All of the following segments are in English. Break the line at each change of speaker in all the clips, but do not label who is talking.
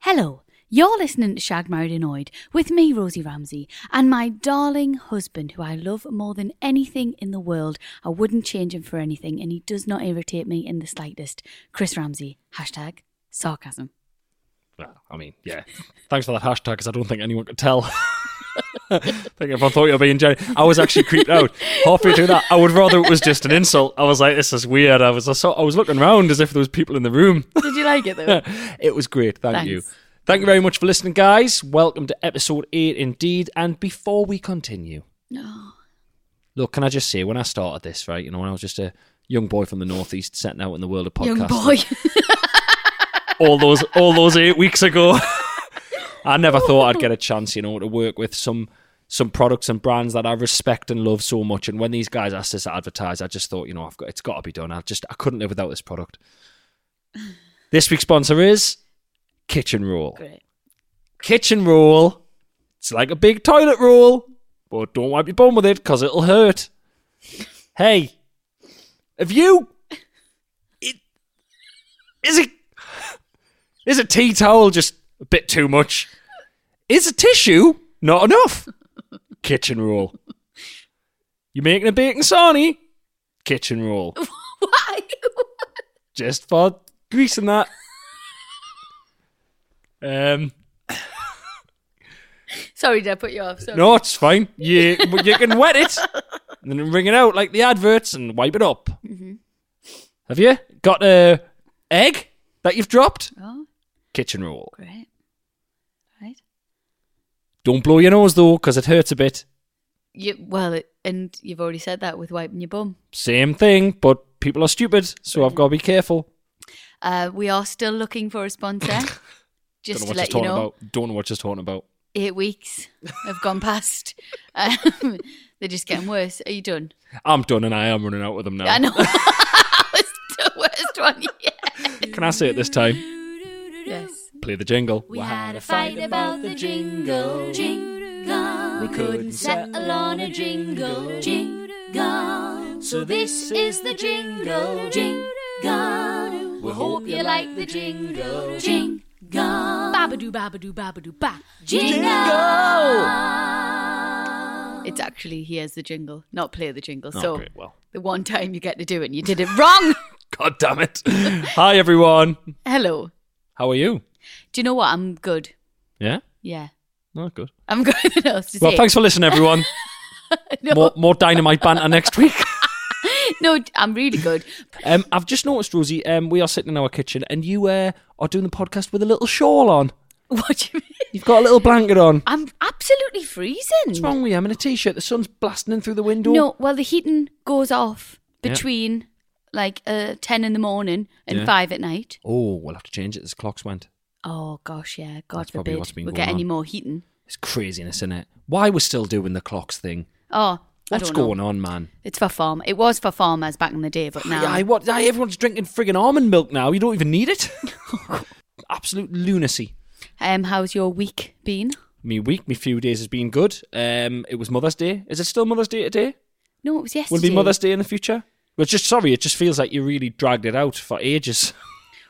Hello, you're listening to Shag Married Annoyed with me, Rosie Ramsey, and my darling husband, who I love more than anything in the world. I wouldn't change him for anything, and he does not irritate me in the slightest. Chris Ramsey, hashtag sarcasm.
Well, I mean, yeah. Thanks for that hashtag because I don't think anyone could tell. I think everyone thought you were being genuine. I was actually creeped out halfway through that. I would rather it was just an insult. I was like, "This is weird." I was I, saw, I was looking around as if there was people in the room.
Did you like it though?
It was great. Thank you.
Thanks.
Thank you very much for listening, guys. Welcome to episode eight, indeed. And before we continue,
No.
look, can I just say when I started this, right? You know, when I was just a young boy from the northeast, setting out in the world of
Young
podcasts,
boy.
all those all those eight weeks ago. I never thought I'd get a chance, you know, to work with some some products and brands that I respect and love so much. And when these guys asked us to advertise, I just thought, you know, I've got it's got to be done. I just I couldn't live without this product. This week's sponsor is Kitchen Roll.
Great.
Kitchen roll. It's like a big toilet roll, but don't wipe your bum with it because it'll hurt. Hey, have you? It is it. Is a tea towel just a bit too much? Is a tissue not enough? Kitchen roll. You making a bacon sarnie? Kitchen roll.
Why?
Just for greasing that. Um.
Sorry, did I put you off? Sorry.
No, it's fine. You you can wet it and then wring it out like the adverts and wipe it up.
Mm-hmm.
Have you got a egg that you've dropped?
Oh,
Kitchen roll.
great. Right.
Don't blow your nose though, because it hurts a bit.
You, well, it, and you've already said that with wiping your bum.
Same thing, but people are stupid, so I've got to be careful.
Uh, we are still looking for a sponsor. Just to
Don't know
let
what you're
you
talking
know,
about. Don't know what you're talking about.
eight weeks have gone past. Um, they're just getting worse. Are you done?
I'm done, and I am running out with them now.
I know. it's the worst one yet.
Can I say it this time?
Yes.
Play the jingle.
We had a fight about the jingle, jingle. We couldn't settle on a jingle, jingle. So this is the jingle, jingle. We hope you like the jingle, jingle. Babadoo, babadoo, babadoo, ba. Jingle.
It's actually here's the jingle, not play the jingle.
Oh,
so
great, well.
the one time you get to do it, and you did it wrong.
God damn it! Hi everyone.
Hello.
How are you?
Do you know what? I'm good.
Yeah.
Yeah,
Not good.
I'm good. What else to
Well,
say?
thanks for listening, everyone.
No.
more, more dynamite banter next week.
No, I'm really good.
Um, I've just noticed, Rosie, um, we are sitting in our kitchen and you uh, are doing the podcast with a little shawl on.
What do you mean?
You've got a little blanket on.
I'm absolutely freezing.
What's wrong with you? I'm in a t shirt. The sun's blasting in through the window.
No, well, the heating goes off
Yeah.
between like uh, 10 in the morning and
Yeah.
5 at night.
Oh, we'll have to change it as clocks went.
Oh, gosh, yeah. God
That's probably
forbid
what's been
we
going
get any
on.
more heating.
It's craziness, isn't it? Why we're still doing the clocks thing?
Oh, I
What's
don't
going
know.
on, Oh, man?
It's for farm. It was for farmers back in the day, but now.
Aye, aye, what, aye, everyone's drinking friggin' almond milk now. You don't even need it. Absolute lunacy.
Um, how's your week been?
Me week, me few days has been good. Um, it was Mother's Day. Is it still Mother's Day today?
No, it was yesterday.
Will it be Mother's Day in the future? Well, just sorry, it just feels like you really dragged it out for ages.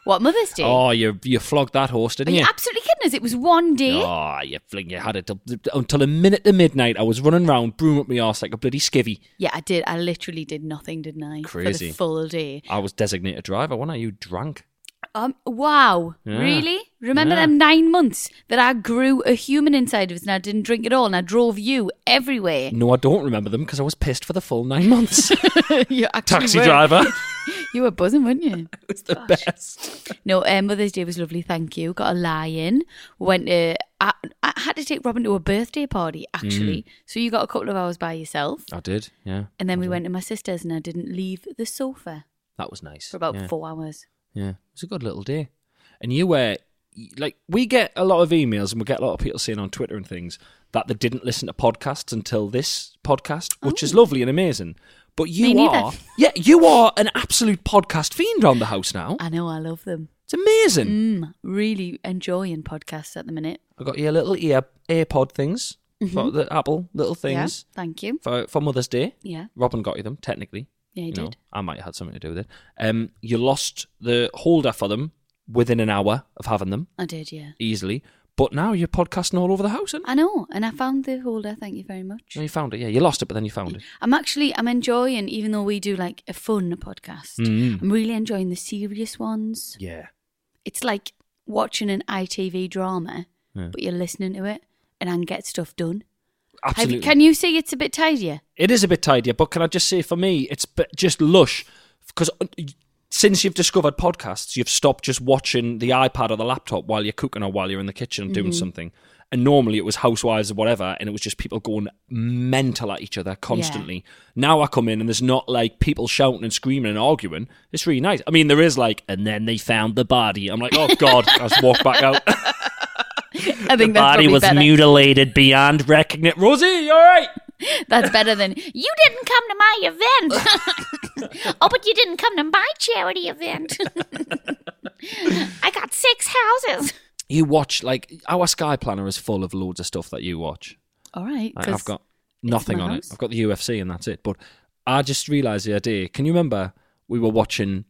What Mother's Day?
Oh, you you flogged that horse,
Are
didn't
you
you?
absolutely kidding us? It was one day.
Oh, you fling! You had it till, until a minute to midnight. I was running round, broom up my arse like a bloody skivvy.
Yeah, I did. I literally did nothing, didn't I? For
Crazy.
the full day.
I was designated driver. When I? You drank.
Um, wow.
Yeah.
Really? Remember
Yeah.
them nine months that I grew a human inside of us and I didn't drink at all and I drove you everywhere.
No, I don't remember them because I was pissed for the full nine months.
you actually
Taxi
were.
driver.
You were buzzing, weren't you?
it's the best.
No, um, Mother's Day was lovely. Thank you. Got a lie in. Went to. I, I had to take Robin to a birthday party
Mm.
actually. So you got a couple of hours by yourself,
I did. Yeah.
and then we went to my sister's, and I didn't leave the sofa
That was nice.
for about
yeah.
four hours.
Yeah, it was a good little day. And you were like, we get a lot of emails and we get a lot of people saying on Twitter and things that they didn't listen to podcasts until this podcast, which is lovely and amazing. But you
Oh. Me neither.
are, yeah, you are an absolute podcast fiend around the house now.
I know. I love them.
It's amazing.
Uh, Mm, really enjoying podcasts at the minute.
I got you little ear AirPod things, for the Apple little
Mm-hmm. Yeah,
things
thank you.
for for Mother's Day.
Yeah.
Robin got you them technically.
Yeah, I
you know,
did.
I might have had something to do with it. Um, you lost the holder for them within an hour of having them.
I did. Yeah.
easily. But now you're podcasting all over the house, and
I know, and I found the holder. Thank you very much.
you found it. Yeah, you lost it, but then you found it.
I'm actually I'm enjoying, even though we do like a fun podcast.
Mm-hmm.
I'm really enjoying the serious ones.
Yeah,
it's like watching an ITV drama, but you're listening to it and I can get stuff done. Have
absolutely.
you, can you see it's a bit tidier?
it is a bit tidier, but can I just say, for me, it's b- just lush because since you've discovered podcasts, you've stopped just watching the iPad or the laptop while you're cooking or while you're in the kitchen doing
Mm-hmm.
something. And normally it was housewives or whatever, and it was just people going mental at each other constantly. Now I come in and there's not like people shouting and screaming and arguing. It's really nice. I mean, there is like, and then they found the body. I'm like, oh God, I just walk back out.
I think that's probably better.
mutilated beyond recognition. Rosie, you all right?
That's better than you didn't come to my event.
Oh, but you didn't come to my charity event. I got six houses.
You watch like our Sky Planner is full of loads of stuff that you watch.
All right,
Like,
'cause
I've got nothing
my
on
house.
it. I've got the UFC and that's it. But I just realised the idea. Can you remember we were watching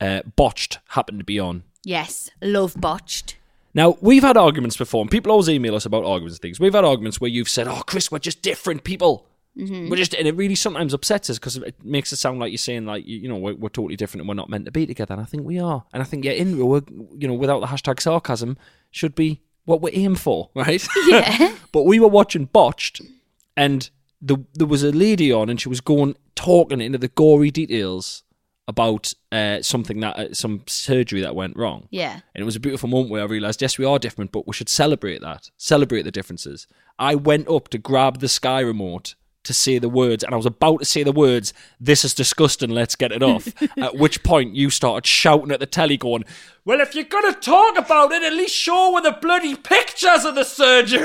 uh, Botched happened to be on.
yes, love botched.
Now we've had arguments before, and people always email us about arguments and things. We've had arguments where you've said, "Oh, Chris, we're just different people." We're just, and it really sometimes upsets us because it makes it sound like you're saying, like you, you know, we're, we're totally different and we're not meant to be together. And I think we are, and I think yeah, in we're, you know, without the hashtag sarcasm, should be what we're aiming for, right? Yeah. but we were watching Botched, and the, there was a lady on, and she was going talking into the gory details about uh, something that uh, some surgery that went wrong.
Yeah,
And it was a beautiful moment where I realised, yes, we are different, but we should celebrate that, celebrate the differences. I went up to grab the Sky remote to say the words, and I was about to say the words, this is disgusting, let's get it off. at which point you started shouting at the telly, going, well, if you're going to talk about it, at least show with the bloody pictures of the surgery.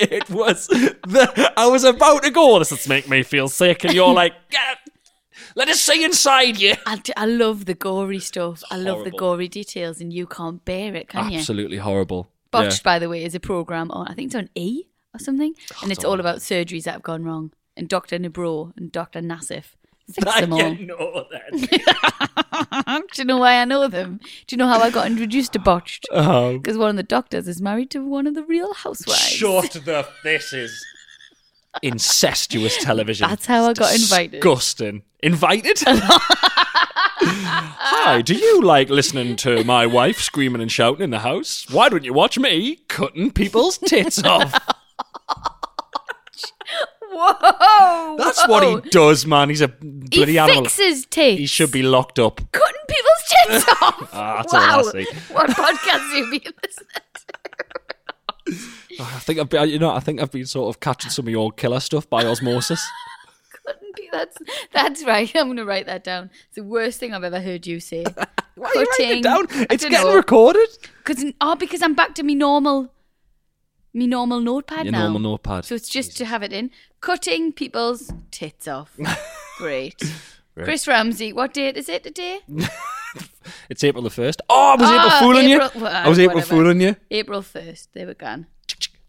it was, the, I was about to go, this is making me feel sick, and you're like, "Ah, let us see inside you.
I, d- I love the gory stuff. I love the
horrible.
gory details, and you can't bear it, can you?
Absolutely horrible. Yeah.
Botched, by the way, is a program on I think it's on E or something, and it's all about surgeries that have gone wrong. And Doctor Nabro and Doctor Nassif fix them all.
you know that.
Do you know why I know them? Do you know how I got introduced to botched?
Um,
Because one of the doctors is married to one of the real housewives.
the this is incestuous television.
That's how I got invited.
Disgusting. Invited? Hi, do you like listening to my wife screaming and shouting in the house? Why don't you watch me cutting people's tits off?
Whoa!
That's what he does, man. He's a
Oh. He
bloody animal.
fixes teeth.
He should be locked up.
cutting people's tits off.
Ah, that's all I
wow!
see.
What podcast have you been listening?
I think I've been, you know, I think I've been sort of catching some of your killer stuff by osmosis.
Cutting pe- That's that's right. I'm gonna write that down. It's the worst thing I've ever heard you say.
Why are you writing
Cutting.
it down?
I
It's
don't
getting
know.
recorded.
Because oh, because I'm back to me normal, me normal notepad
Your
now.
normal notepad.
So it's just to have it in. Cutting people's tits off. Great. Chris Ramsey, what date is it today?
It's April the first. Oh, I was
Ah,
April fooling
April-
you.
well,
I was April
whatever.
fooling you.
April 1st. There we go.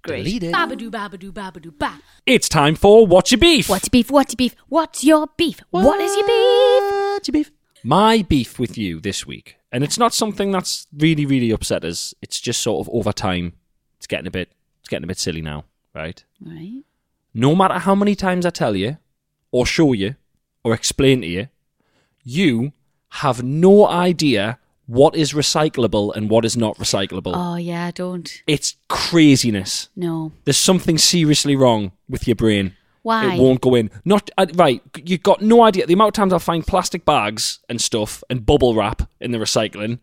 Great.
Deleted.
Babadoo, babadoo, babadoo, ba.
It's time for What's Your Beef.
What's your beef? What's your beef? What's your beef? What is your beef?
What's your beef? My beef with you this week, and it's not something that's really, really upset us. It's just sort of over time. It's getting a bit, it's getting a bit silly now, right?
Right.
No matter how many times I tell you, or show you, or explain to you, you have no idea what is recyclable and what is not recyclable.
Oh yeah, I don't.
It's craziness.
No.
There's something seriously wrong with your brain.
Why?
It won't go in. Not uh, right. You've got no idea the amount of times I find plastic bags and stuff and bubble wrap in the recycling,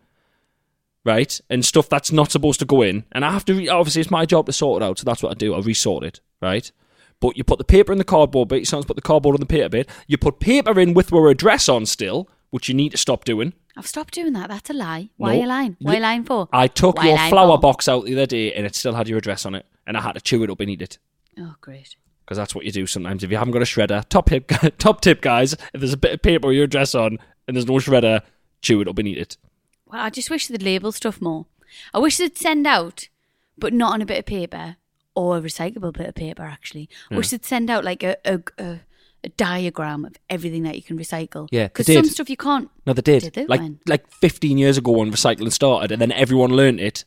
right? And stuff that's not supposed to go in. And I have to re- obviously it's my job to sort it out, so that's what I do. I resort it, right? But you put the paper in the cardboard bit. Someone's put the cardboard in the paper bit. You put paper in with our address on still, which you need to stop doing.
I've stopped doing that. That's a lie. Why are you
No.
lying? Why are you lying for?
I took
Why
your
lying
flower
for?
box out the other day, and it still had your address on it, and I had to chew it up and eat it.
Oh great.
because that's what you do sometimes. If you haven't got a shredder, top tip, top tip, guys. If there's a bit of paper or your dress on and there's no shredder, chew it up and eat it.
Well, I just wish they'd label stuff more. I wish they'd send out, but not on a bit of paper or a recyclable bit of paper. Actually, I wish they'd send out like a a, a, a diagram of everything that you can recycle.
Yeah, they
because some
did.
stuff you can't.
No, they did.
Did they?
like
When?
like 15 years ago when recycling started, and then everyone learnt it,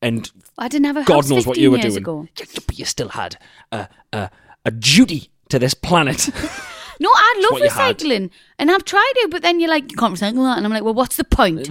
and
I didn't have a
God
house
knows
15
what you were
years
doing.
ago.
Yeah, But you still had a a, a duty to this planet.
No, I love
what you had.
recycling, and I've tried it, but then you're like, you can't recycle that, and I'm like, well, what's the point?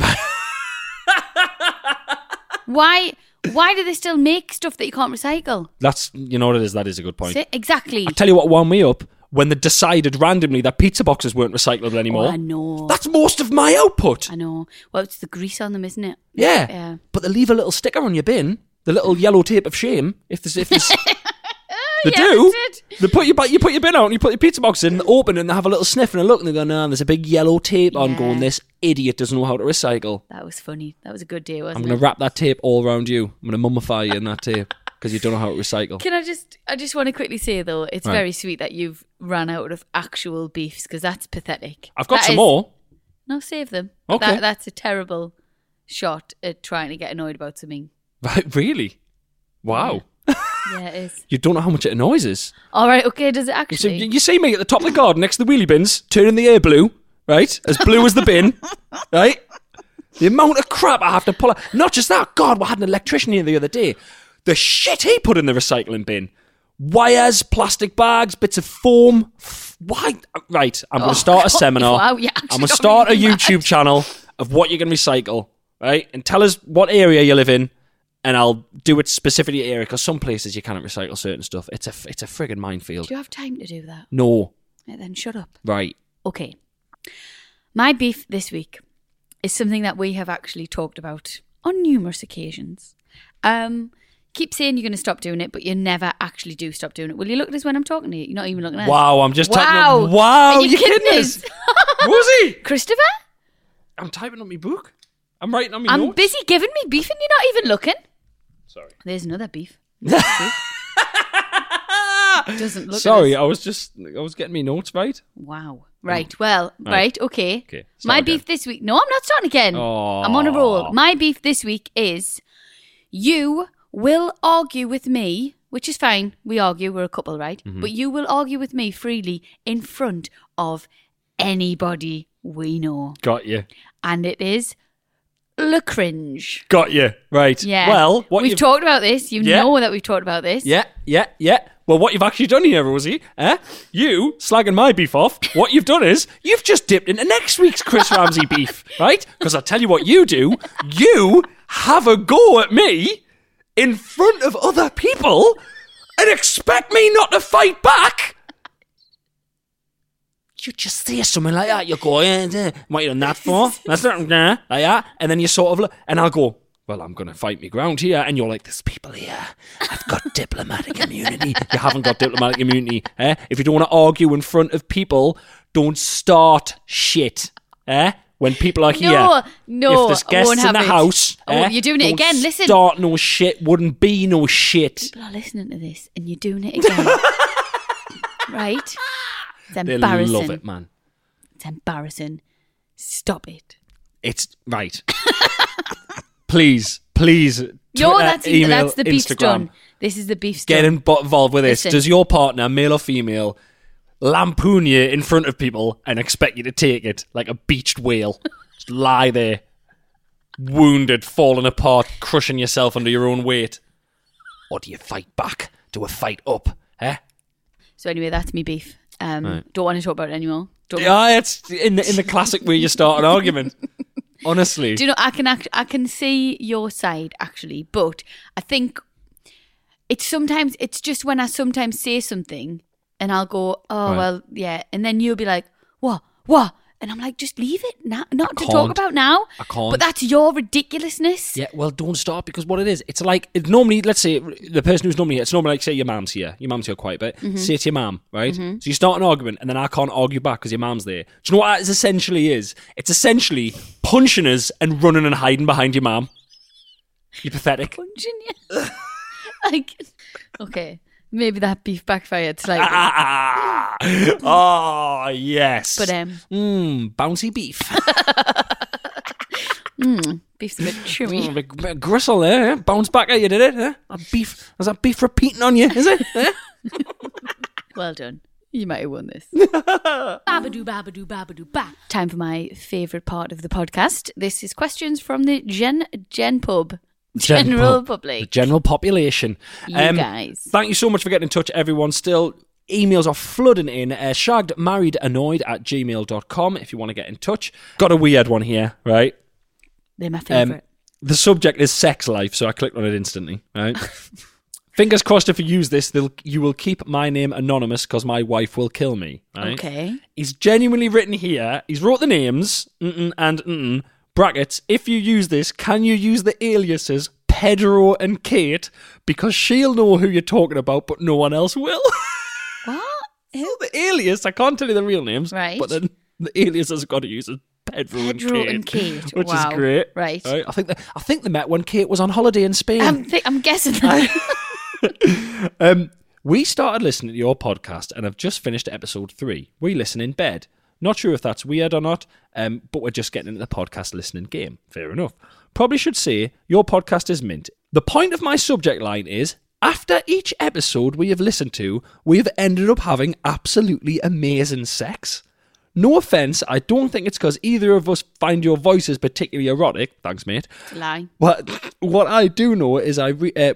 why? Why do they still make stuff that you can't recycle?
that's you know what it is. That is a good point.
See, exactly.
I tell you what wound me up when they decided randomly that pizza boxes weren't recyclable anymore.
Oh, I know.
That's most of my output.
I know. Well, it's the grease on them, isn't it?
Yeah.
Yeah.
But they leave a little sticker on your bin, the little yellow tape of shame. If there's, if there's, they
Yeah,
do.
that's it.
They put your ba- you put your bin out and you put your pizza box in, and open it and they have a little sniff and a look and they go, "No, there's a big yellow tape on
Yeah.
going. This idiot doesn't know how to recycle.
That was funny. That was a good day, wasn't
I'm gonna
it?
wrap that tape all around you. I'm gonna mummify you in that tape because you don't know how to recycle.
Can I just? I just want to quickly say though, it's
Right.
very sweet that you've run out of actual beefs because that's pathetic.
I've got
That
some
is-
more.
No, save them.
Okay.
That, that's a terrible shot at trying to get annoyed about something.
Right? Really? Wow.
Yeah, it is.
You don't know how much it annoys us.
All right. Okay. Does it
You see,
actually?
you see me at the top of the garden next to the wheelie bins, turning the air blue, right? As blue as the bin, right? The amount of crap I have to pull out. Not just that, God, we had an electrician here the other day. The shit he put in the recycling bin wires, plastic bags, bits of foam. F- Why? Right, I'm going
Oh,
to start a
God,
seminar.
wow, you
I'm
actually
going to start a
really mad.
YouTube channel of what you can recycle, right? And tell us what area you live in. And I'll do it specifically area because some places you cannot recycle certain stuff. It's a it's a friggin' minefield.
Do you have time to do that?
No.
Right, then shut up.
Right.
Okay. My beef this week is something that we have actually talked about on numerous occasions. Um, keep saying you're going to stop doing it, but you never actually do stop doing it. Will you look at us when I'm talking to you? You're not even looking at us.
Wow, I'm just typing
wow.
up. Wow,
Are you
you're
kidding,
kidding
us?
us. Rosie!
Christopher?
I'm typing up my book. I'm writing on my
I'm
notes.
busy giving me beef and you're not even looking.
Sorry.
There's another beef. Doesn't look at
Sorry,
us.
I was just I was getting my notes right.
Wow. Right. Well, right. okay.
Okay, start
My
again.
beef this week. No, I'm not starting again.
Aw.
I'm on a roll. My beef this week is you will argue with me, which is fine. We argue, we're a couple, right?
Mm-hmm.
But you will argue with me freely in front of anybody we know.
Got you.
And it is le cringe.
Got you. Right.
Yeah.
Well, what
we've
you've
talked about this. You
Yeah.
know that we've talked about this.
Yeah, yeah, yeah. Well, what you've actually done here, Rosie, eh? You slagging my beef off. What you've done is you've just dipped into next week's Chris Ramsey beef, right? Because I tell you what you do, you have a go at me in front of other people and expect me not to fight back. You just say something like that. You go, eh, eh, what you done that for? That's not nah, like that. And then you sort of look, and I'll go, well, I'm going to fight me ground here. And you're like, there's people here. I've got diplomatic immunity. You haven't got diplomatic immunity. Eh? If you don't want to argue in front of people, don't start shit. Eh? When people are here.
No, no,
If there's
I won't
guests in
have
the
it.
house.
I won't-
eh,
you're doing it
don't
again, listen.
Start no shit, wouldn't be no shit.
People are listening to this and you're doing it again. right? It's
They
embarrassing.
love it, man.
It's embarrassing. Stop it.
It's right. please, please.
No,
Twitter,
that's
uh, email,
that's the beef's
Instagram.
done. This is the beef's
Get
done.
in- bo- involved with this.
Listen.
Does your partner, male or female, lampoon you in front of people and expect you to take it like a beached whale. Just lie there, wounded, falling apart, crushing yourself under your own weight. Or do you fight back? Do a fight up? Eh?
So anyway, that's me beef. Um, Don't want to talk about it anymore. Don't
Yeah, it's in the, in the classic way you start an argument. Honestly.
Do you know? I can act- I can see your side actually, but I think it's sometimes it's just when I sometimes say something and I'll go, oh
Right.
well, yeah, and then you'll be like, what, what, and I'm like, just leave it now, not to talk
can't.
about now.
I can't.
But that's your ridiculousness.
Yeah, well, don't start because what it is, it's like it's normally. Let's say the person who's normally here, it's normally like say your mum's here, your mum's here quite a bit.
Mm-hmm.
Say it to your mum, right? So you start an argument, and then I can't argue back because your mum's there. Do you know what that is essentially is? It's essentially punching us and running and hiding behind your mum. You're pathetic.
Punching you. like, okay, maybe that beef backfired slightly,
Ah, oh yes.
but um,
mm, bouncy beef,
beef's a bit chewy.
Mm, big, bit of gristle there. eh? Bounce back at you, did it? Eh? That beef, is that beef repeating on you? Is it? Eh?
well done. You might have won this.
Babadoo, babadoo, babadoo, ba.
Time for my favourite part of the podcast. This is questions from the Gen Gen Pub.
Gen
General
pop-
public.
The general population. Um,
You guys.
Thank you so much for getting in touch, everyone. Still, emails are flooding in. Uh, shagged, married, annoyed at gmail.com if you want to get in touch. Got a weird one here, right?
They're my favourite.
the subject is sex life, so I clicked on it instantly, right? Fingers crossed if you use this, they'll, you will keep my name anonymous because my wife will kill me. Right?
Okay.
He's genuinely written here. He's wrote the names mm-mm, and mm-mm, brackets. If you use this, can you use the aliases Pedro and Kate because she'll know who you're talking about, but no one else will.
What?
So the alias, I can't tell you the real names,
Right.
But then the alias has got to use as Pedro,
Pedro
and Kate,
and Kate.
which
Wow.
is great,
Right. Um,
I think they, I think they met when Kate was on holiday in Spain.
I'm, thi- I'm guessing. That.
Um, we started listening to your podcast and have just finished episode three. We listen in bed. Not sure if that's weird or not, um, but we're just getting into the podcast listening game. Fair enough. Probably should say your podcast is mint. The point of my subject line is after each episode we have listened to, we have ended up having absolutely amazing sex. No offense, I don't think it's because either of us find your voices particularly erotic. Thanks, mate.
Lie.
What what I do know is I re- uh,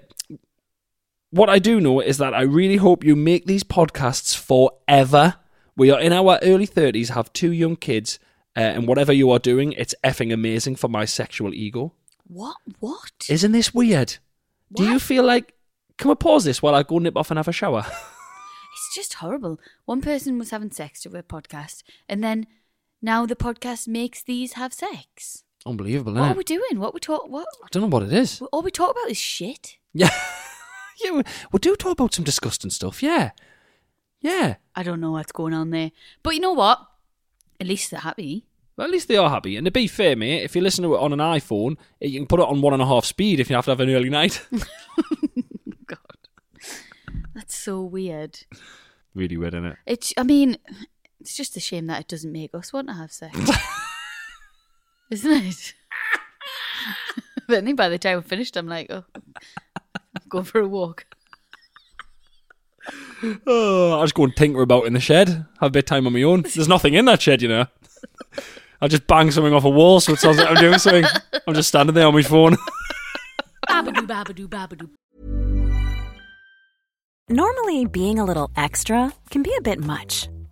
what I do know is that I really hope you make these podcasts forever. We are in our early thirties, have two young kids, uh, and whatever you are doing, it's effing amazing for my sexual ego.
What? What?
Isn't this weird? Do you
What?
feel like? Can we pause this while I go nip off and have a shower?
It's just horrible. One person was having sex to a podcast, and then now the podcast makes these have sex.
Unbelievable,
What are
innit?
we doing? What we talk? What?
I don't know what it is.
All we talk about is shit.
Yeah, yeah. We, we do talk about some disgusting stuff. Yeah, yeah.
I don't know what's going on there, but you know what? At least they're happy.
Well, at least they are happy. And to be fair, mate, if you listen to it on an iPhone, eh, you can put it on one and a half speed if you have to have an early night.
God, that's so weird.
really weird, isn't it?
It's. I mean, it's just a shame that it doesn't make us want to have sex, isn't it? but then by the time we're finished, I'm like, oh, I'm going for a walk.
Oh, I just go and tinker about in the shed, have a bit of time on my own. There's nothing in that shed, you know. I just bang something off a wall, so it sounds like I'm doing something. I'm just standing there on my phone.
Babadoo, babadoo, babadoo,
Normally, being a little extra can be a bit much,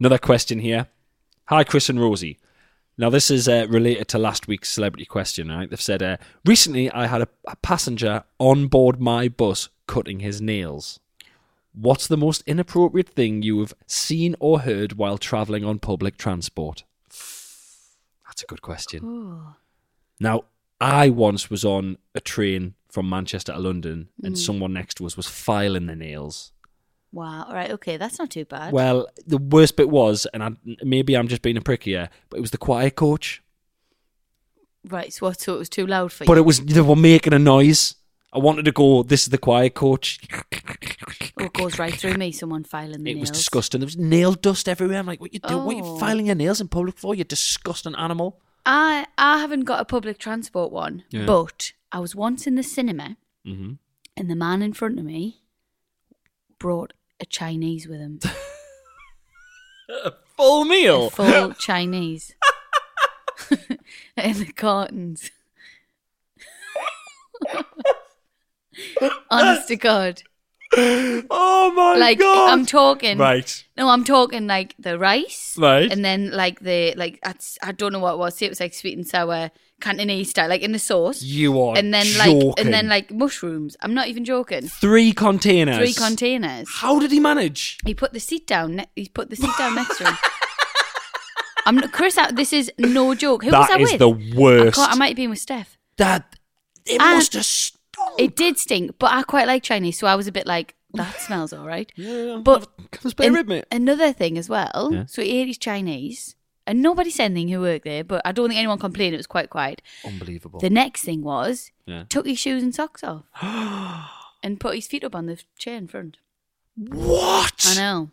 Another question here. Hi, Chris and Rosie. Now, this is uh, related to last week's celebrity question, right? They've said, uh, recently I had a, a passenger on board my bus cutting his nails. What's the most inappropriate thing you have seen or heard while travelling on public transport? That's a good question.
Oh.
Now, I once was on a train from Manchester to London and someone next to us was filing their nails.
Wow. All right. Okay. That's not too bad.
Well, the worst bit was, and I, maybe I'm just being a prick here, but it was the quiet coach.
right. So, what- so it was too loud for
But
you.
it was they were making a noise. I wanted to go. This is the quiet coach.
oh, it goes right through me. Someone filing the
It was
nails.
disgusting. There was nail dust everywhere. I'm like, what you do? What
Oh.
you filing your nails in public for? You disgusting animal.
I I haven't got a public transport one,
Yeah.
but I was once in the cinema,
Mm-hmm.
and the man in front of me brought a Chinese with him,
Uh, Full
a
meal.
full Chinese, in the cartons. Honest to God,
oh my
like
god!
I'm talking.
right.
No, I'm talking like the rice,
Right.
And then like the like I, I don't know what it was. It was like sweet and sour Cantonese style, like in the sauce.
You are
and then like
joking.
and then like mushrooms. I'm not even joking.
three containers.
Three containers.
How did he manage?
He put the seat down. Ne- he put the seat down next to him. I'm not, Chris. I, this is no joke. Who was I
that is
with?
the
I,
worst.
can't, I might have been with Steph.
That it
And-
must have stunk.
It did stink, but I quite like Chinese, so I was a bit like that smells all right.
Yeah,
but
comes better
an-
with me.
another thing as well.
Yeah.
So he ate his Chinese, and nobody said anything who worked there, but I don't think anyone complained. It was quite quiet.
Unbelievable.
The next thing was
Yeah.
took his shoes and socks off and put his feet up on the chair in front.
What?
I know.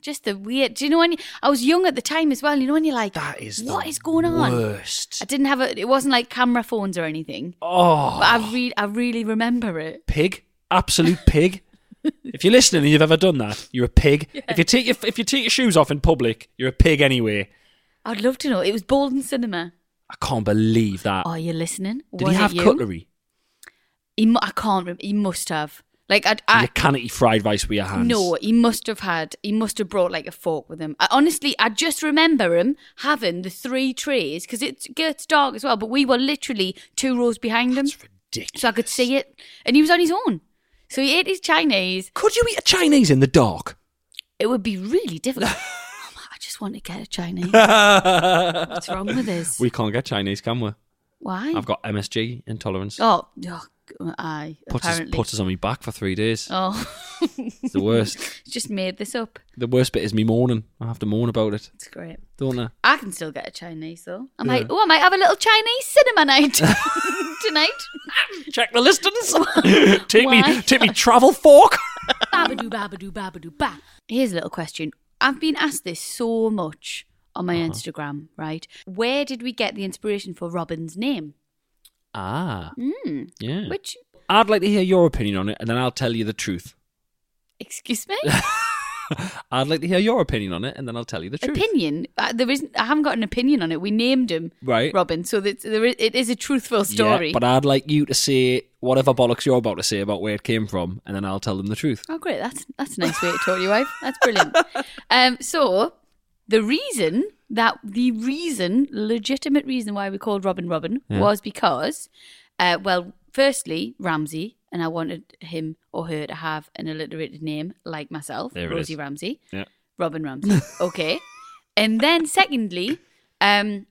Just the weird. Do you know when you, I was young at the time as well? You know when you're like,
That is
what
the
is going on?
Worst.
I didn't have a. It wasn't like camera phones or anything,
Oh,
but I re- I really remember it.
pig! Absolute pig! if you're listening and you've ever done that, you're a pig. If you take your if you take your shoes off in public, you're a pig anyway.
I'd love to know. It was Bolden Cinema.
I can't believe that.
Are you listening?
Uh, Did
Oh, Was
he
it
have
you?
cutlery?
He mu- I can't. Rem- he must have. Like I.
you
I
can't eat fried rice with your hands.
no, he must have had. He must have brought like a fork with him. I, honestly, I just remember him having the three trays because it gets dark as well. But we were literally two rows behind him.
it's ridiculous.
so I could see it. And he was on his own. So he ate his Chinese.
Could you eat a Chinese in the dark?
It would be really difficult. Oh, man, I just want to get a Chinese.
What's
wrong with us?
We can't get Chinese, can we?
Why?
I've got MSG intolerance.
Hmm. Oh, oh g- aye.
puts, us,
apparently.
puts us on me back for three days.
Oh,
It's the worst.
just made this up.
The worst bit is me mourning. I have to mourn about it,
It's great.
don't I?
I can still get a Chinese though. I might.
Yeah.
Oh, I might have a little Chinese cinema night tonight.
Check the listings. take
Why?
me, take me travel fork.
babadoo, babadoo, babadoo, ba. Here's a little question. I've been asked this so much on my
Uh-huh.
Instagram, right? Where did we get the inspiration for Robin's name?
Ah,
Mm,
yeah.
Which,
I'd like to hear your opinion on it, and then I'll tell you the truth.
excuse me,
I'd like to hear your opinion on it, and then I'll tell you the truth.
opinion. Uh, there isn't. I haven't got an opinion on it. We named him
Right.
Robin, so that there is, it is a truthful story.
Yeah, but I'd like you to say whatever bollocks you're about to say about where it came from, and then I'll tell them the truth.
oh, great! That's that's a nice way to talk to your wife. That's brilliant. um, so the reason that the reason, legitimate reason why we called Robin Robin
Yeah.
was because, uh, well, firstly Ramsey. And I wanted him or her to have an alliterated name like myself,
There it
Rosie
is.
Ramsey.
Yeah.
Robin Ramsey. Okay. and then secondly, um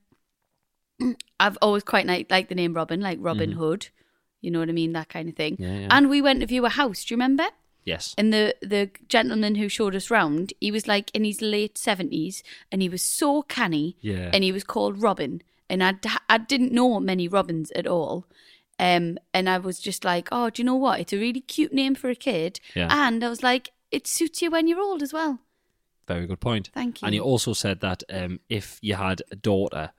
I've always quite like liked the name Robin, like Robin Hood. You know what I mean? That kind of thing.
Mm-hmm. Yeah, yeah.
And we went to view a house, do you remember?
Yes.
And the the gentleman who showed us round, he was like in his late seventies, and he was so canny,
Yeah.
and he was called Robin, and I I didn't know many Robins at all, Um, and I was just like, oh, do you know what? It's a really cute name for a kid.
Yeah.
And I was like, it suits you when you're old as well.
Very good point.
Thank you.
And he also said that um, if you had a daughter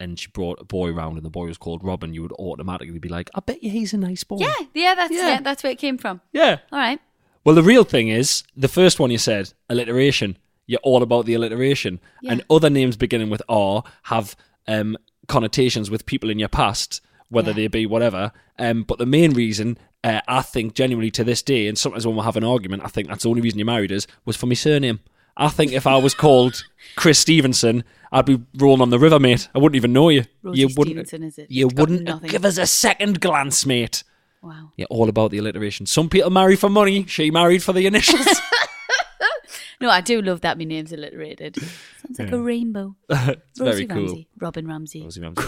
and she brought a boy round and the boy was called Robin, you would automatically be like, I bet you he's a nice boy.
Yeah, yeah, that's
Oh. Yeah.
yeah, that's where it came from.
Yeah.
All right.
Well, the real thing is the first one you said, alliteration. You're all about the alliteration.
Yeah.
And other names beginning with R have um, connotations with people in your past, whether
Yeah.
they be whatever. Um, but the main reason uh, I think genuinely to this day, and sometimes when we have an argument, I think that's the only reason you married us, was for my surname. I think if I was called Chris Stevenson, I'd be rolling on the river, mate. I wouldn't even know you.
Rosie
you wouldn't.
Stevenson, is it?
You
It's got
wouldn't
nothing.
give us a second glance, mate.
Wow.
Yeah, all about the alliteration. Some people marry for money. She married for the initials.
No, I do love that my name's alliterated. Sounds like a rainbow.
it's
Rosie
very cool.
Ramsey, Robin Ramsey.
Rosie Ramsey.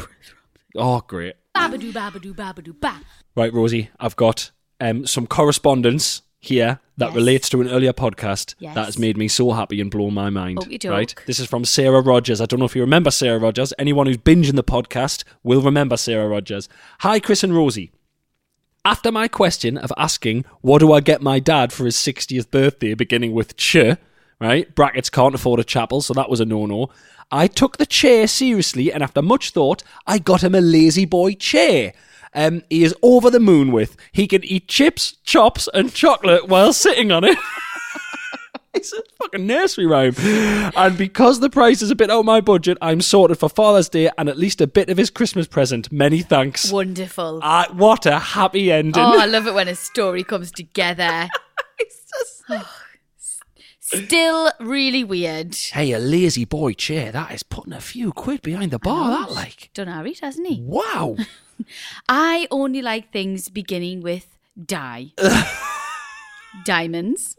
Oh, great.
Babadoo, babadoo, babadoo, ba.
Right, Rosie, I've got um, some correspondence here that
Yes.
relates to an earlier podcast
Yes.
that has made me so happy and blown my mind.
Okey-doke.
Right, this is from Sarah Rogers. I don't know if you remember Sarah Rogers. Anyone who's binging the podcast will remember Sarah Rogers. Hi, Chris and Rosie. After my question of asking, what do I get my dad for his 60th birthday, beginning with ch, right? Brackets can't afford a chapel, so that was a no no. I took the chair seriously, and after much thought, I got him a lazy boy chair. Um, he is over the moon with. He can eat chips, chops, and chocolate while sitting on it. It's a fucking nursery rhyme. And because the price is a bit out my budget, I'm sorted for Father's Day and at least a bit of his Christmas present. Many thanks.
Wonderful.
Ah, what a happy ending.
Oh, I love it when a story comes together. Oh, Still really weird.
Hey, a lazy boy chair. That is putting a few quid behind the bar, that like.
Done our it, hasn't he?
Wow.
I only like things beginning with die. Diamonds.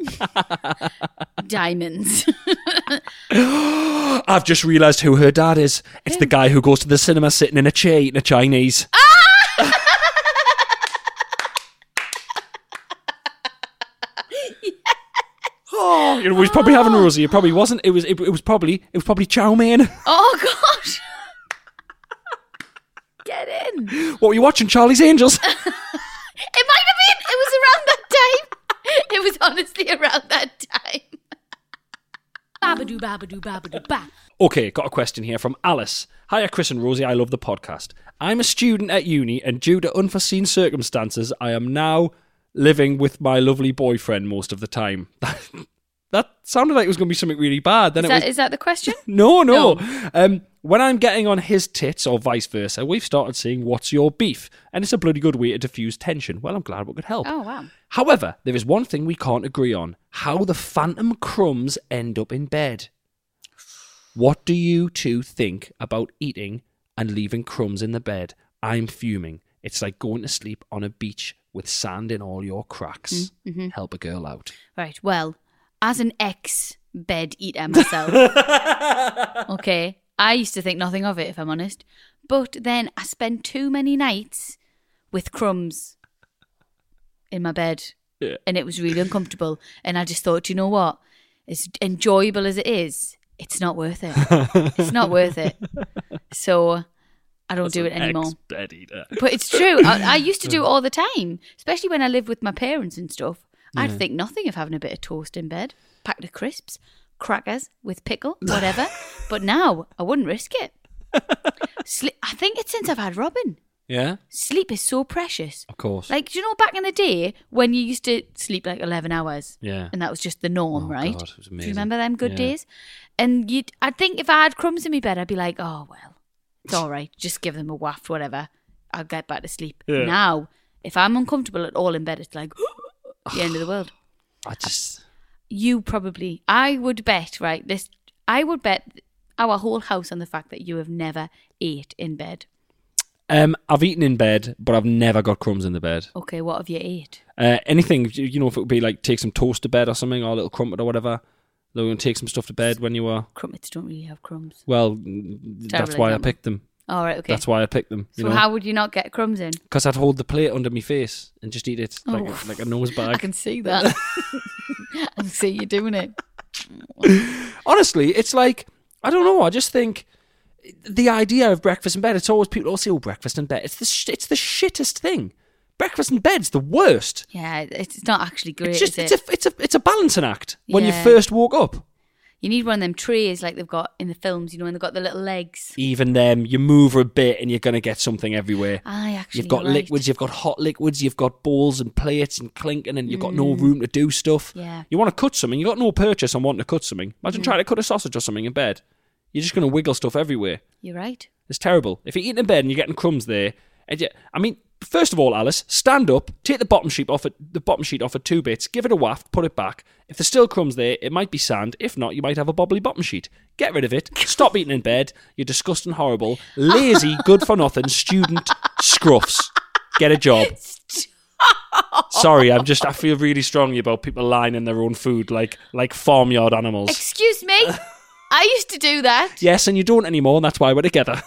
Diamonds.
I've just realised who her dad is. It's the guy who goes to the cinema sitting in a chair eating a Chinese. Oh, you know, we probably having Rosie. It probably wasn't. It was. It, it was probably. It was probably chow mein.
oh, gosh. Get in.
What were you watching? Charlie's Angels.
It might have been. It was around that time. It was honestly around that time. babadoo, babadoo, babadoo, ba.
Okay, got a question here from Alice. Hiya, Chris and Rosie. I love the podcast. I'm a student at uni, and due to unforeseen circumstances, I am now living with my lovely boyfriend most of the time. that sounded like it was going to be something really bad. Then
Is
it was
that, is that the question?
no, no. Um, when I'm getting on his tits or vice versa, we've started seeing what's your beef, and it's a bloody good way to diffuse tension. Well, I'm glad we could help.
Oh, wow.
However, there is one thing we can't agree on: how the phantom crumbs end up in bed. What do you two think about eating and leaving crumbs in the bed? I'm fuming. It's like going to sleep on a beach with sand in all your
Mm,
cracks.
mm-hmm.
Help a girl out.
Right. Well, as an ex bed eater myself, okay, I used to think nothing of it, if I'm honest. But then I spent too many nights with crumbs in my bed,
Yeah.
and it was really uncomfortable. And I just thought, "Do you know what? As enjoyable as it is, it's not worth it. it's not worth it. So I don't do it anymore.
Bed eater.
But it's true. I, I used to do it all the time, especially when I lived with my parents and stuff. I'd think nothing of having a bit of toast in bed, packed of crisps, crackers with pickle, whatever. but now I wouldn't risk it. Sleep, I think it's since I've had Robin.
Yeah,
Sleep is so precious.
of course.
Like, do you know back in the day when you used to sleep like 11 hours?
Yeah.
And that was just the norm,
Oh,
right?
God, it was
do you
amazing.
remember them good
Yeah.
days? And you'd, I think if I had crumbs in my bed, I'd be like, oh, well, it's all right. Just give them a waft, whatever. I'll get back to sleep.
Yeah.
Now, if I'm uncomfortable at all in bed, it's like the end of the world.
I just.
You probably, I would bet, right? This, I would bet our whole house on the fact that you have never ate in bed.
Um, I've eaten in bed, but I've never got crumbs in the bed.
Okay, what have you ate?
Uh, anything, you you know, if it would be like take some toast to bed or something, or a little crumpet or whatever. They were going to take some stuff to bed when you were.
Crumpets don't really have crumbs.
Well, mm, that's
Terrible
why I
example.
picked them.
All right, okay.
That's why I picked them. You
so
know,
how would you not get crumbs in?
because I'd hold the plate under my face and just eat it like,
Oh.
a, like a nose
I,
bag.
can see that. I can see you doing it.
Honestly, it's like I don't know. I just think the idea of breakfast in bed. It's always people always say, "Oh, breakfast in bed." It's the sh- it's the shittest thing. Breakfast in bed's the worst.
Yeah, it's not actually great.
It's just
is
it's
it?
a it's a it's a balancing act when
Yeah.
you first walk up.
you need one of them trays like they've got in the films, you know, when they've got the little legs.
Even then, you move a bit and you're going to get something everywhere.
I actually
You've got
right.
liquids, you've got hot liquids, you've got balls and plates and clinking, and you've got no room to do stuff.
Mm. Yeah. Mm.
You want to cut something, you've got no purchase on wanting to cut something. Imagine trying to cut a sausage or something in bed. You're just going to wiggle stuff everywhere.
You're right.
It's terrible. If you're eating in bed and you're getting crumbs there, and you, I mean, first of all, Alice, stand up, take the bottom sheet off at the bottom sheet off at two bits, give it a waft, put it back. If there's still crumbs there, it might be sand. If not, you might have a bobbly bottom sheet. Get rid of it. Stop eating in bed. You're disgusting, horrible, lazy, good for nothing student scruffs. Get a job. Sorry, I'm just. I feel really strongly about people lying in their own food, like like farmyard animals.
Excuse me. I used to do that.
yes, and you don't anymore, and that's why we're together.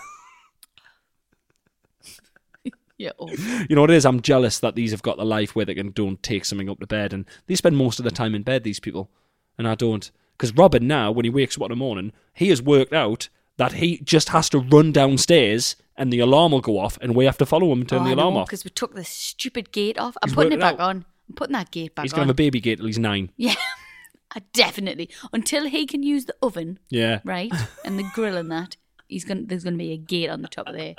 Yeah. oh.
You know what it is? I'm jealous that these have got the life where they can don't take something up to bed, and they spend most of the time in bed. These people, and I don't. Because Robin now, when he wakes up in the morning, he has worked out that he just has to run downstairs, and the alarm will go off, and we have to follow him and
Oh,
turn the alarm off.
because we took the stupid gate off. I'm
He's
putting it
worked it
back
out.
on. I'm putting that gate back
He's
on.
gonna have a baby gate till he's nine.
yeah, I Ah, definitely until he can use the oven,
Yeah,
right, and the grill and that. He's gonna there's gonna be a gate on the top of there.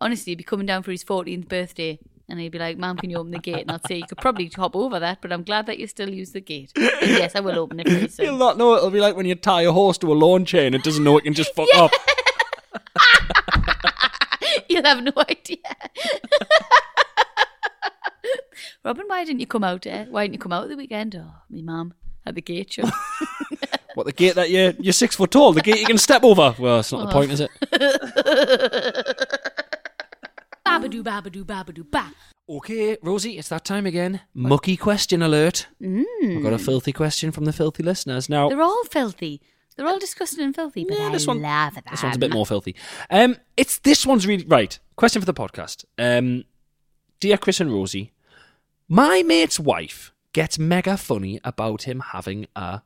Honestly, he'd be coming down for his 14th birthday, and he'd be like, "Mom, can you open the gate?" And I'd say, "You could probably hop over that, but I'm glad that you still use the gate." And yes, I will open it for you.
he'll
Soon.
not know. It'll be like when you tie a horse to a lawn chair and it doesn't know it can just fuck up.
You'll have no idea. Robin, why didn't you come out? Eh? Why didn't you come out at the weekend? Oh, me mum had the gate shut.
What the gate that you you're six foot tall? The gate you can step over? Well, that's not
Oh.
the point, is it?
babadoo, babadoo, babadoo, ba.
Okay, Rosie, it's that time again. Mucky question alert. I've got a filthy question from the filthy listeners. Now,
Mm. Hmm. They're all filthy. They're all disgusting and filthy. But
Yeah,
I
this one-
love them.
this one's a bit more filthy. Um, it's this one's really right. Question for the podcast. Um, dear Chris and Rosie, my mate's wife gets mega funny about him having a.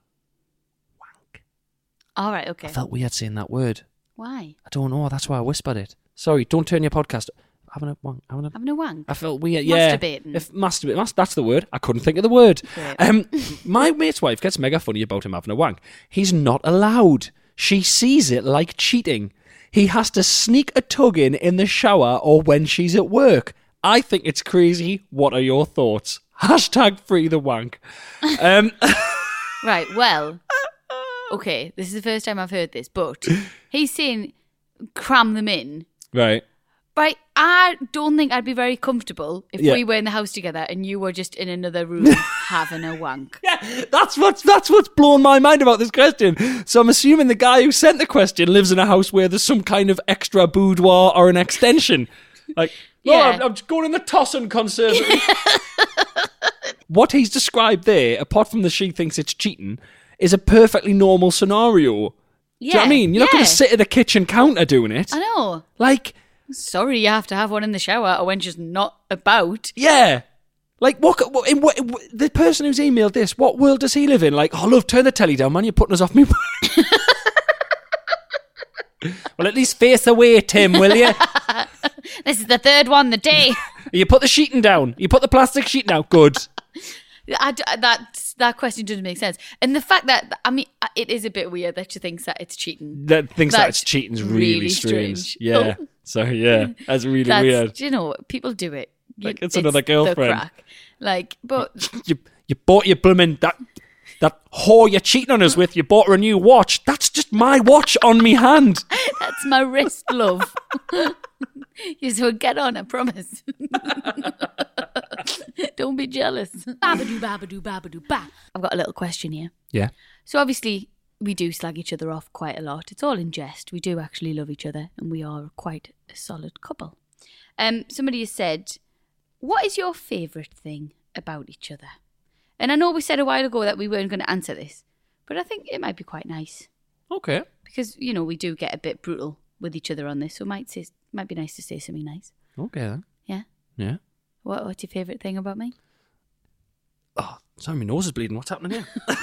All right,
I
okay.
felt weird saying that word.
Why?
I don't know. That's why I whispered it. Sorry, don't turn your podcast. Having a wank. Having a
Having a wank.
I felt weird. Yeah,
Um, Masturbating.
If masturbate, mas- that's the word. I couldn't think of the word.
Great.
Um, my mate's wife gets mega funny about him having a wank. He's not allowed. She sees it like cheating. He has to sneak a tug in in the shower or when she's at work. I think it's crazy. What are your thoughts? Hashtag free the wank. Um,
Right, well. Okay, this is the first time I've heard this, but he's saying cram them in.
right.
Right, I don't think I'd be very comfortable if
Yeah.
we were in the house together and you were just in another room having a wank.
Yeah, that's what's that's what's blown my mind about this question. So I'm assuming the guy who sent the question lives in a house where there's some kind of extra boudoir or an extension. Like, no,
Yeah.
I'm, I'm just going in the Tossin conservatory. what he's described there, apart from the she thinks it's cheating, is a perfectly normal scenario.
Yeah,
Do you know what I mean? You're not going
yeah. Uh,
to sit at the kitchen counter doing it.
I know.
Like,
Sorry, you have to have one in the shower or when she's not about.
Yeah. Like what, co- what, in what? in what- The person who's emailed this, what world does he live in? Like, oh, love, turn the telly down, man. You're putting us off me. well, at least face away, Tim, will you?
This is the third one the day.
you put the sheeting down. You put the plastic sheet down. Good.
I d that that question doesn't make sense, and the fact that I mean, it is a bit weird that she thinks that it's cheating.
That thinks that
That's
it's cheating's really,
really
strange.
strange.
Yeah. So yeah, that's really
That's
weird.
you know, people do it. You-
Like, it's another
the
girlfriend.
crack. Like, but
You you bought your blooming that that whore you're cheating on us with. You bought her a new watch. That's just my watch on me hand.
that's my wrist, love. you so get on, I promise. Don't be jealous. Babadoo, babadoo, babadoo, ba. I've got a little question here.
Yeah.
So obviously we do slag each other off quite a lot. It's all in jest. We do actually love each other and we are quite a solid couple. Um somebody has said, "What is your favorite thing about each other?" And I know we said a while ago that we weren't going to answer this, but I think it might be quite nice
Okay.
because you know we do get a bit brutal with each other on this, so it might say might be nice to say something nice.
Okay. Then.
Yeah.
Yeah.
What, what's your favorite thing about me?
er Oh, sorry, my nose is bleeding. What's happening here?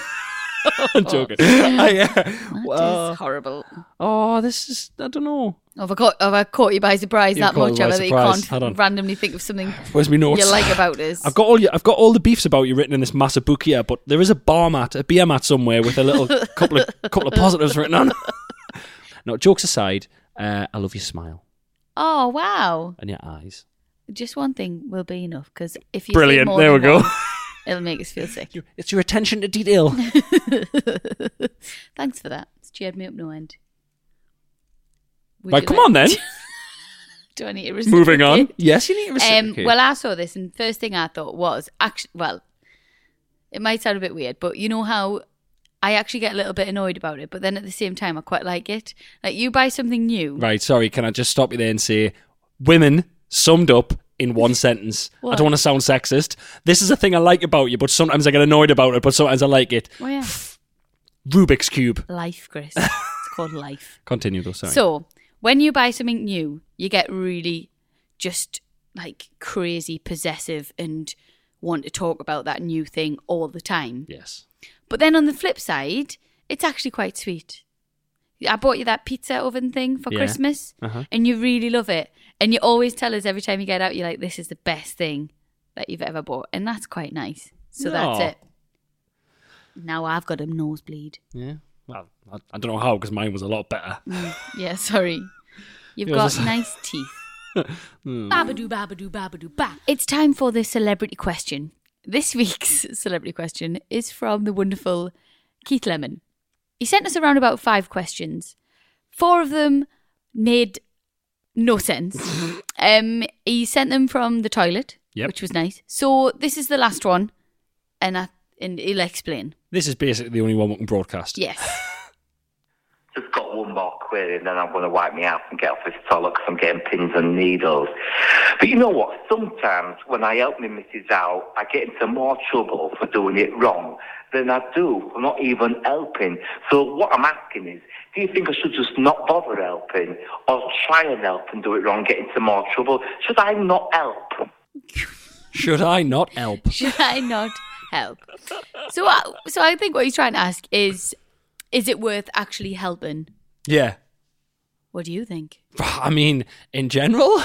I'm joking. I, uh,
That is
well,
horrible.
oh, this is, I don't know.
Have I caught, have I caught you by surprise
You've
that
caught me
much,
by
Emma, that you
surprise.
can't
Hold on.
randomly think of something
Where's me notes?
you like about us?
I've got all your, I've got all the beefs about you written in this massive book here, but there is a bar mat, a beer mat somewhere with a little couple of couple of positives written on. no, jokes aside, uh, I love your smile
Oh, wow.
and your eyes.
Just one thing will be enough because if you. say
Brilliant.
more
There we
than
go.
one, it'll make us feel sick.
It's your attention to detail.
Thanks for that. It's cheered me up no end. Would
Like,
you
come on then.
Do I need to
Moving on.
reciprocate?
Yes, you need to
Um,
reciprocate.
well, I saw this, and first thing I thought was actually, well, it might sound a bit weird, but you know how I actually get a little bit annoyed about it, but then at the same time, I quite like it. Like you buy something new,
Right, sorry, can I just stop you there and say women summed up in one sentence. I
What?
don't want to sound sexist. This is a thing I like about you, but sometimes I get annoyed about it, but sometimes I like it.
Oh, yeah.
Rubik's Cube.
life, Chris. it's called life.
Continue though, sorry.
So when you buy something new, you get really just like crazy possessive and want to talk about that new thing all the time.
yes.
But then on the flip side, it's actually quite sweet. I bought you that pizza oven thing for
Yeah.
Christmas,
Uh-huh.
and you really love it. And you always tell us every time you get out, you're like, "This is the best thing that you've ever bought," and that's quite nice. So that's
Aw.
it. Now I've got a nosebleed.
Yeah. Well, I, I don't know how because mine was a lot better.
Yeah, sorry. You've
Yeah,
got
that's-
nice teeth.
Babadoo, babadoo, babadoo, ba.
It's time for the celebrity question. This week's celebrity question is from the wonderful Keith Lemon. He sent us around about five questions. Four of them made no sense. um, he sent them from the toilet,
Yep.
which was nice. So this is the last one, and I, and he'll explain.
This is basically the only one we can broadcast.
Yes.
Just got one more query and then I'm going to wipe me out and get off this toilet 'cause I'm getting pins and needles. But you know what? Sometimes when I help my missus out, I get into more trouble for doing it wrong than I do for not even helping. So what I'm asking is, do you think I should just not bother helping or try and help and do it wrong, get into more trouble? Should I not help?
Should I not help?
Should I not help? So, I, so I think what he's trying to ask is, is it worth actually helping?
Yeah.
What do you think?
I mean, in general,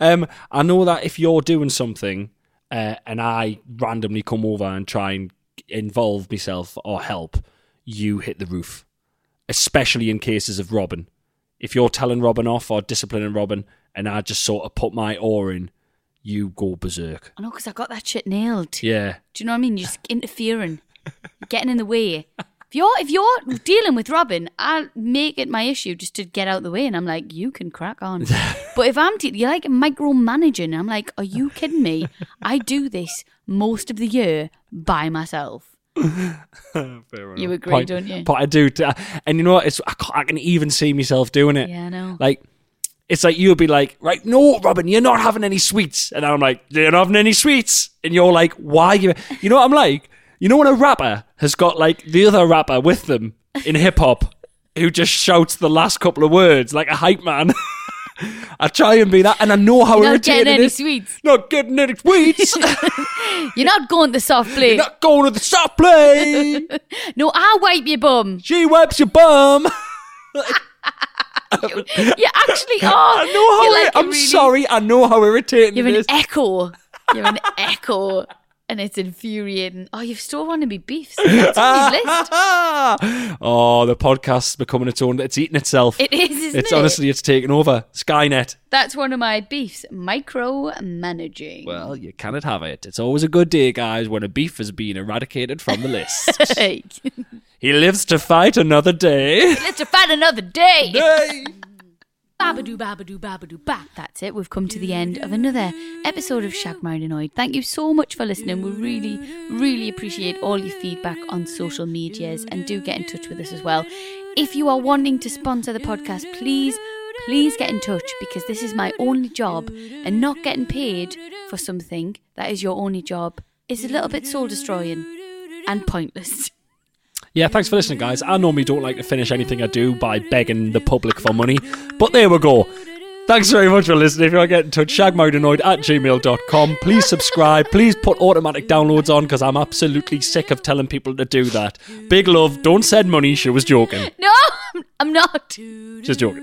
um, I know that if you're doing something uh, and I randomly come over and try and involve myself or help, you hit the roof, especially in cases of Robin. If you're telling Robin off or disciplining Robin and I just sort of put my oar in, you go berserk.
I know because I got that shit nailed.
Yeah.
Do you know what I mean? You're just interfering, getting in the way. If you're if you're dealing with Robin, I make it my issue just to get out the way, and I'm like, you can crack on. but if I'm, de- you're like micromanaging. I'm like, are you kidding me? I do this most of the year by myself. You agree,
Point-
don't you?
But I do. t- And you know what? It's, I, can't, I can even see myself doing it.
Yeah, I know.
Like, it's like you'll be like, right, no, Robin, you're not having any sweets. And I'm like, you're not having any sweets. And you're like, why? You, you know what I'm like? You know when a rapper has got like the other rapper with them in hip hop who just shouts the last couple of words like a hype man? I try and be that, and I know how
Not
irritating
getting
it
any
is.
sweets.
Not getting any sweets.
You're not going to soft play.
not going to the shop play.
No, I'll wipe your bum.
She wipes your bum.
You actually are.
I know how.
You're
ir-
like,
I'm
really-
sorry. I know how irritating
You're
it
an
is.
echo. You're an echo. And it's infuriating. Oh, you still want to be beefs. That's on his list.
oh, the podcast's becoming its own. It's eating itself.
It is, isn't
it's
it?
honestly, it's taken over. Skynet.
That's one of my beefs. Micromanaging.
Well, you cannot have it. It's always a good day, guys, when a beef has been eradicated from the list.
Hey,
he lives to fight another day.
let's find another day.
Yay.
Babadoo, babadoo, babadoo, ba.
That's it. We've come to the end of another episode of Shag Marinoid. Thank you so much for listening. We really, really appreciate all your feedback on social medias and do get in touch with us as well. If you are wanting to sponsor the podcast, please, please get in touch because this is my only job and not getting paid for something that is your only job is a little bit soul destroying and pointless.
Yeah, thanks for listening, guys. I normally don't like to finish anything I do by begging the public for money, but there we go. Thanks very much for listening. If you want to get in touch, shagmodeannoyed at gmail.com. Please subscribe. Please put automatic downloads on because I'm absolutely sick of telling people to do that. Big love. Don't send money. She was joking.
No, I'm- I'm not.
Just joking.